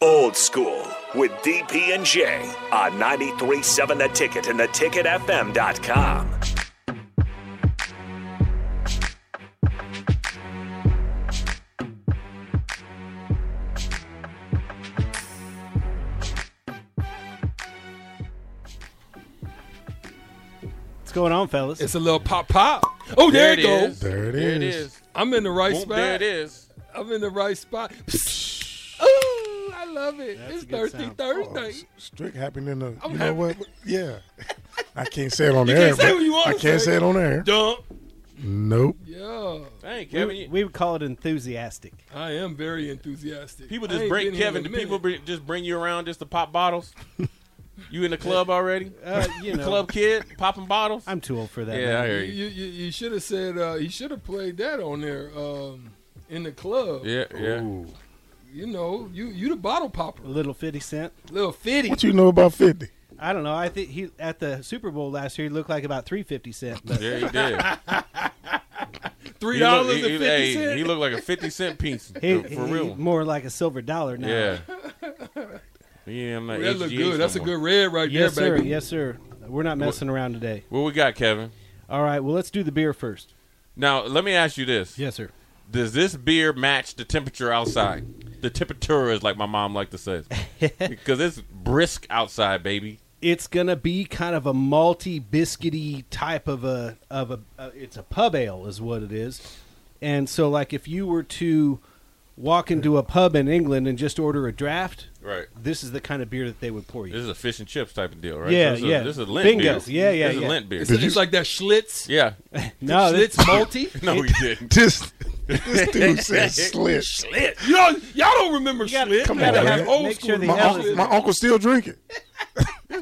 Old School with DP and J on 937 The Ticket and theticketfm.com. What's going on, fellas? It's a little pop pop. Oh, there, it goes. There it There it is. is. I'm in the right Boom, spot. there it is. I'm in the right spot. Ooh, I love it. That's it's a good Thirsty sound. Oh, Thursday. s- strict happening in the. I'm you know happy. what? Yeah. I can't say it on You air. can't say but what you wanna I can't say. say it on air. Dump. Nope. Yeah, Dang, Kevin. we, you- we would call it enthusiastic. I am very enthusiastic. people I just ain't bring been here in Kevin. a Do people minute. br- just bring you around just to pop bottles? you in the club already? Uh, you know, Club kid popping bottles? I'm too old for that. yeah, man. I hear you. You, you, you should have said uh, he should have played that on there um, in the club. Yeah, yeah. You know, you you the bottle popper, Little Fifty Cent. little fitty. What you know about fifty? I don't know. I think he at the Super Bowl last year he looked like about three fifty cent. But Yeah, he did. Three He dollars looked- and he- fifty hey, cents. He looked like a fifty cent piece for he, for he- real. more like a silver dollar now. Yeah. Yeah, I'm not that look HGH good. That's a no more. good red right Yes, there, sir. baby. Yes, sir. We're not messing around today. What we got, Kevin? All right. Well, let's do the beer first. Now, let me ask you this: Yes, sir. Does this beer match the temperature outside? The temperature is like my mom liked to say, because it's brisk outside, baby. It's gonna be kind of a malty, biscuity type of a of a. Uh, it's a pub ale, is what it is. And so, like, if you were to walk into a pub in England and just order a draft, Right. this is the kind of beer that they would pour you. This is a fish and chips type of deal, right? Yeah, this is yeah. A, this is a lint Bingo. beer. Yeah, yeah, This is yeah. a lint beer. It's, it's like that Schlitz. yeah. no, Schlitz that's- multi. No, we didn't. This this dude said slit. Schlit. Y'all, y'all don't remember gotta- Schlit. Come You gotta on, have man. old Make school. sure the My, hell knowledge. is- uncle, my uncle still drinking.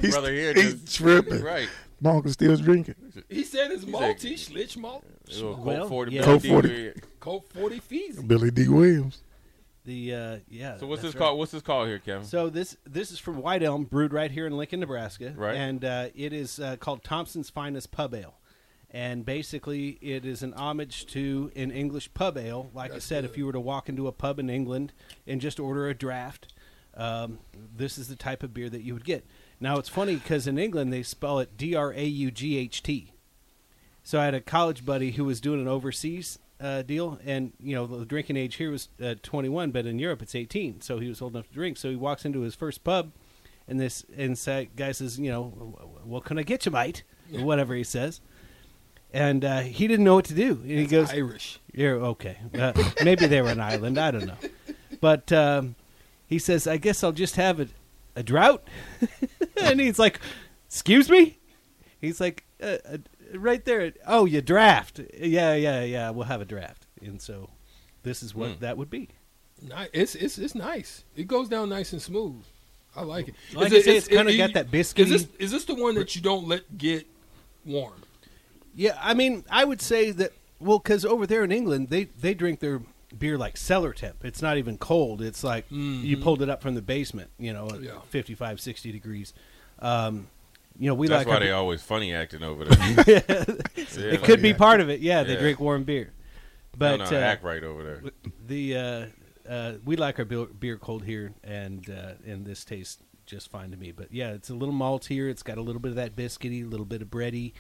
He's, Brother here he's just- tripping. Right. My uncle still drinking. he said it's said- multi, Schlitz malt, Well, Colt 40. yeah. Colt Colt 40. Colt 40 fees. Billy D. Williams. the uh, yeah. So what's that's this right. called? What's this called here, Kevin? So this this is from White Elm, brewed right here in Lincoln, Nebraska, Right. And uh, it is uh, called Thompson's Finest Pub Ale, and basically it is an homage to an English pub ale. Like I said, if you were to walk into a pub in England and just order a draft, um, this is the type of beer that you would get. Now it's funny because in England they spell it D R A U G H T. So I had a college buddy who was doing an overseas uh, deal, and you know the drinking age here was uh, 21, but in Europe it's 18. So he was old enough to drink. So he walks into his first pub, and this and sa- guy says, you know, "Wh- what can I get you, mate? Or whatever he says, and uh, he didn't know what to do. And he goes, Irish. you're okay. Uh, maybe they were an island. I don't know. But um, he says, I guess I'll just have a, a drought. and he's like, Excuse me? He's like, uh, uh, Right there. Oh, you draft. Yeah, yeah, yeah. We'll have a draft. And so this is what that would be. Ni- It's, it's, it's nice. It goes down nice and smooth. I like it. Like Is I it- say, is- it's kinda is- got that Is this, biscuity- is this the one that you don't let get warm? Yeah, I mean, I would say that, well, because over there in England, they, they drink their beer like cellar temp. It's not even cold. It's like you pulled it up from the basement, you know, at Yeah. 55, 60 degrees. Um, you know, we like That's why our- they always funny acting over there. it could be part of it. Yeah, they Yeah. drink warm beer, But but no, uh, act right over there. the uh, uh, we like our beer, beer cold here, and uh, and this tastes just fine to me. But yeah, it's a little maltier. It's got a little bit of that biscuity, a little bit of bready,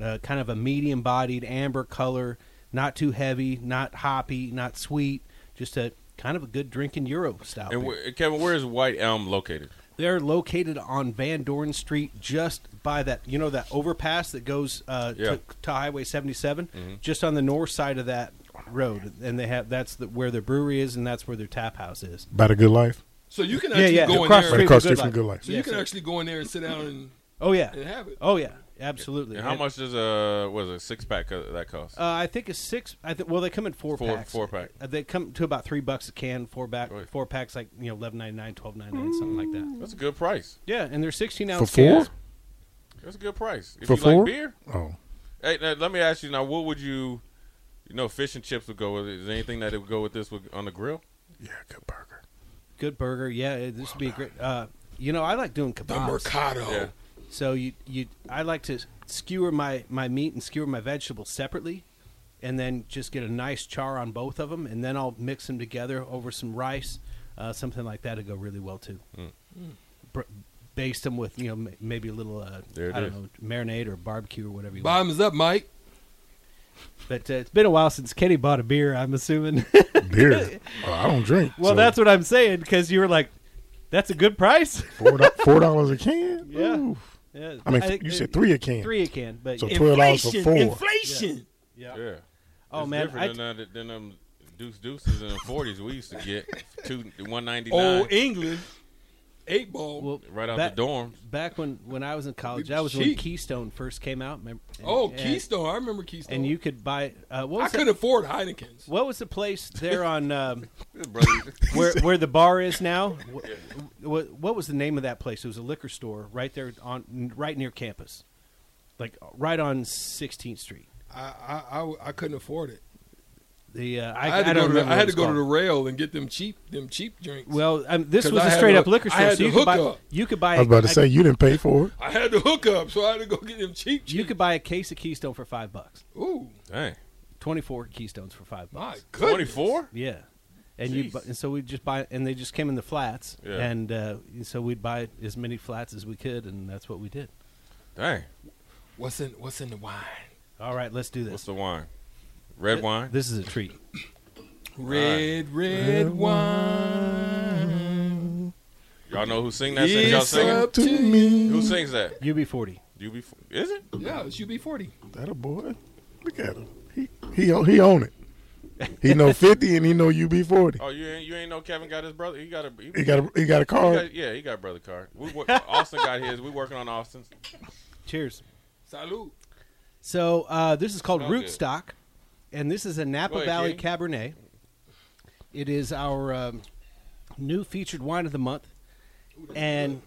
uh, kind of a medium bodied amber color, not too heavy, not hoppy, not sweet. Just a kind of a good drinking Euro style. And beer. wh- Kevin, where is White Elm located? They're located on Van Dorn Street, just by that you know that overpass that goes uh, Yeah. Mm-hmm. to, to Highway 77, just on the north side of that road, and they have that's the, where their brewery is, and that's where their tap house is. About a good life. So you can Yeah, actually yeah, go in across there. Right Pretty across good the street from life. Good Life. So you Yes, can sir. actually go in there and sit down and, Oh yeah, and have it. oh yeah, absolutely. And how And, much does uh, a was a six pack of that cost? Uh, I think it's six. I think well they come in four, Four- packs. four pack. Uh, They come to about three bucks a can. Four back, Right. Mm. four packs like you know eleven ninety nine, twelve ninety nine, something like that. That's a good price. Yeah, and they're sixteen For ounce four? cans. That's a good price. If For you four? like beer, Oh. hey, now, let me ask you now. What would you, you know, fish and chips would go with? it. Is there anything that it would go with this with, on the grill? Yeah, good burger. Good burger. Yeah, it- this would be a great. Uh, you know, I like doing The kebabs. Mercado. Yeah. So you you I like to skewer my my meat and skewer my vegetables separately, and then just get a nice char on both of them, and then I'll mix them together over some rice. Uh, something like that would go really well too. Hmm. Br- baste them with you know m- maybe a little uh, There it I is. don't know marinade or barbecue or whatever you want. Bottom is up, Mike. But uh, it's been a while since Kenny bought a beer. I'm assuming. Beer. Uh, I don't drink. well, so that's what I'm saying because you were like, "That's a good price." four do- four dollars a can. Yeah. Ooh. Yeah, I mean, think you it- said three a can. Three it can, but So yeah. twelve dollars for four. Inflation. Yeah. Oh, It's man, different I- than, that- than them deuce deuces in the forties we used to get two one ninety Oh, nine Old English, eight ball. well, right out back, the dorms. Back when when I was in college, It that was when cheap. Keystone first came out. remember- and- oh, and- Keystone. I remember Keystone. And you could buy. Uh, what I was that- could afford Heineken's. What was the place there on um, Brother, where where the bar is now? What, what was the name of that place? It was a liquor store right there on right near campus, like right on 16th Street. I I, I, I couldn't afford it. The uh, I, I, had to I go don't to the, remember I what had to it's go to the called. rail and get them cheap them cheap drinks. Well, um, this 'Cause was I a had straight up to- liquor I store, had so to you could hook buy up. you could buy. I was about a- to say you didn't pay for it. I had to hook up, so I had to go get them cheap. you drinks. could buy a case of Keystone for five bucks. Ooh, dang, Twenty four Keystones for five bucks. my goodness. twenty four. Yeah. And you, bu- and so we just buy, and they just came in the flats, Yeah. and uh, so we'd buy as many flats as we could, and that's what we did. Dang, What's in What's in the wine? All right, let's do what's this. the wine? Red wine. This is a treat. Red, red wine. Y'all know who sing that? Y'all It's singing? up To to you. me. Who sings that? UB40. You be is it? Yeah, it's UB40. That a boy. Look at him. He he o- he own it. He know fifty and he know UB forty. Oh, you ain't, you ain't know Kevin got his brother. He got a. He, He got a he got a he car. got- yeah, he got a brother card. We wor- Austin got his. We working on Austin's. Cheers. Salute. So uh, this is called Smells good. Rootstock, and this is a Napa Go ahead, Valley Kenny. Cabernet. It is our um, new featured wine of the month, and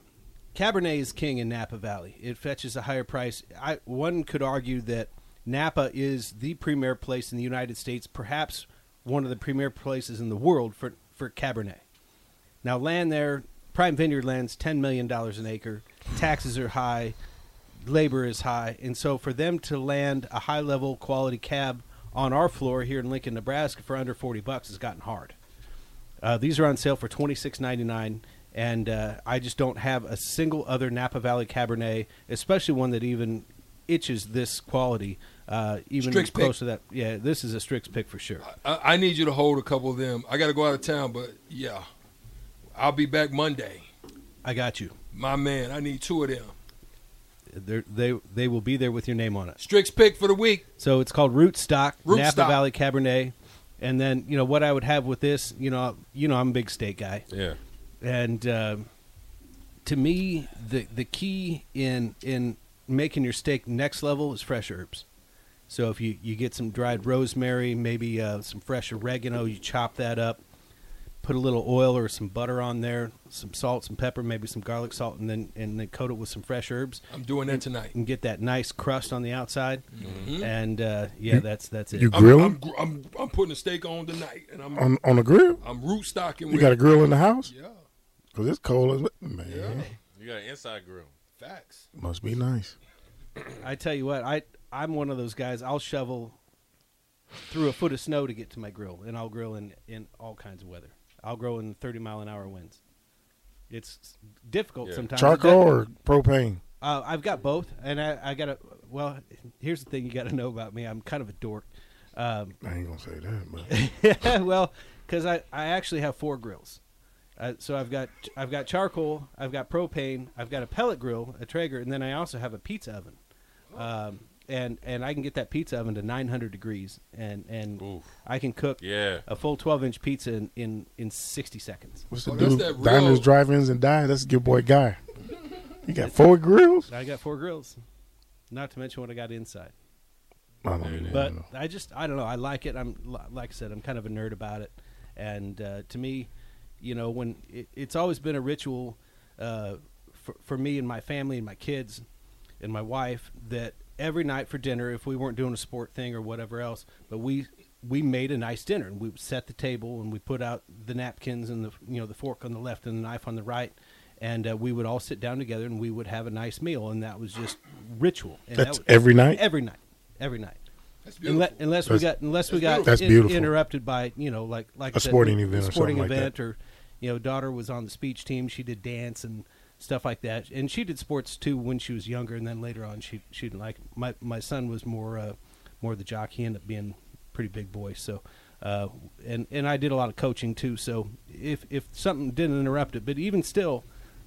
Cabernet is king in Napa Valley. It fetches a higher price. I, one could argue that Napa is the premier place in the United States, perhaps one of the premier places in the world for for Cabernet. Now, land there, prime vineyard land's ten million dollars an acre. Taxes are high, labor is high, and so for them to land a high level quality cab on our floor here in Lincoln, Nebraska, for under forty bucks has gotten hard. Uh, these are on sale for twenty six ninety nine, and uh, I just don't have a single other Napa Valley Cabernet, especially one that even itches this quality, uh, even Strix pick. close to that. Yeah, this is a Strix pick for sure. I, I need you to hold a couple of them. I got to go out of town, but yeah, I'll be back Monday. I got you. My man, I need two of them. They're, they they will be there with your name on it. Strix pick for the week. So it's called Rootstock, Napa Rootstock. Valley Cabernet. And then, you know, what I would have with this, you know, you know, I'm a big steak guy. Yeah. And um to me, the the key in in making your steak next level is fresh herbs. So if you, you get some dried rosemary, maybe uh, some fresh oregano, you chop that up, put a little oil or some butter on there, some salt, some pepper, maybe some garlic salt, and then and then coat it with some fresh herbs I'm doing that tonight. and get that nice crust on the outside. And uh, yeah, that's that's it. You I'm, I'm, grilling gr- I'm, I'm putting a steak on tonight, and I'm on on the grill. I'm root stocking. You with got a grill in the house yeah, because it's cold as man. You got an inside grill. facts. Must be nice. I tell you what, I I'm one of those guys. I'll shovel through a foot of snow to get to my grill, and I'll grill in in all kinds of weather. I'll grill in 30 mile an hour winds. It's difficult Yeah. sometimes. Charcoal or propane? Uh, I've got both, and I, I got to. Well, here's the thing you got to know about me. I'm kind of a dork. Um, I ain't gonna say that, but well, because I, I actually have four grills. Uh, so I've got I've got charcoal, I've got propane, I've got a pellet grill, a Traeger, and then I also have a pizza oven. Um, and and I can get that pizza oven to 900 degrees, and and Oof. I can cook Yeah. a full 12 inch pizza in, in in 60 seconds. what's the Oh, that's dude? that real- Diners, drive-ins, and dines. That's your boy guy. You got four grills. I got four grills, not to mention what I got inside. I don't even but know. I just I don't know. I like it. I'm li- like I said, I'm kind of a nerd about it, and uh, to me, you know, when it, it's always been a ritual uh, for for me and my family and my kids and my wife that every night for dinner, if we weren't doing a sport thing or whatever else, but we we made a nice dinner and we set the table and we put out the napkins and the you know the fork on the left and the knife on the right. And uh, we would all sit down together, and we would have a nice meal, and that was just ritual. And that That's was- every night? Every night, every night. That's beautiful. Unless, unless we That's- got unless we got That's in- beautiful. interrupted by you know like like A I said, sporting event or sporting something like event that. or you know, daughter was on the speech team. She did dance and stuff like that, and she did sports too when she was younger. And then later on, she she didn't like my my son was more uh, more the jock. He ended up being a pretty big boy. So, uh, and and I did a lot of coaching too. So if if something didn't interrupt it, but even still.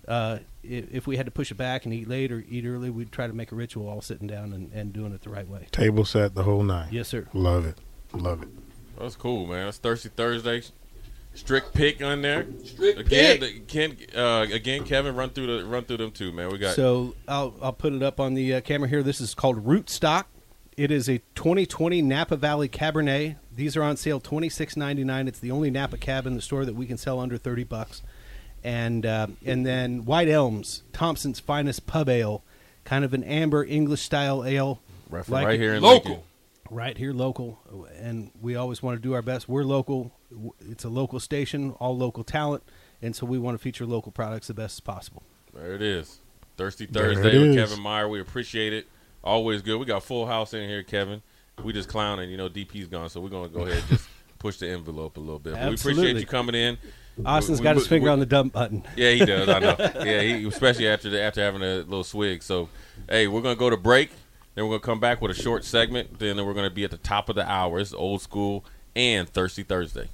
Uh, i- if we had to push it back and eat late or eat early, we'd try to make a ritual all sitting down and, and doing it the right way. Table set the whole nine. Yes, sir. Love it. Love it. That's cool, man. That's Thirsty Thursday. Strict pick on there. Strict again, pick. the- Ken, uh, again, Kevin, run through the run through them too, man. We got So I'll I'll put it up on the uh, camera here. This is called Rootstock. It is a 2020 Napa Valley Cabernet. These are on sale 26.99. It's the only Napa cab in the store that we can sell under 30 bucks. And uh, and then White Elms, Thompson's finest pub ale, kind of an amber English style ale. right, Like right it- here in Lincoln. Local. right here local and we always want to do our best we're local W- it's a local station all local talent and so we want to feature local products the best as possible There it is. Thirsty There it Thursday with is. Kevin Meyer. We appreciate it. Always good. We got full house in here, Kevin. We just clowning. You know, DP's gone, so we're gonna go ahead and just push the envelope a little bit. But we appreciate Absolutely. you coming in. austin's We- got we- his finger we- on the dump button Yeah, he does. I know. Yeah, he, especially after the, after having a little swig. So, hey, we're gonna go to break. Then we're gonna come back with a short segment. Then we're gonna be at the top of the hour. It's old school and Thirsty Thursday.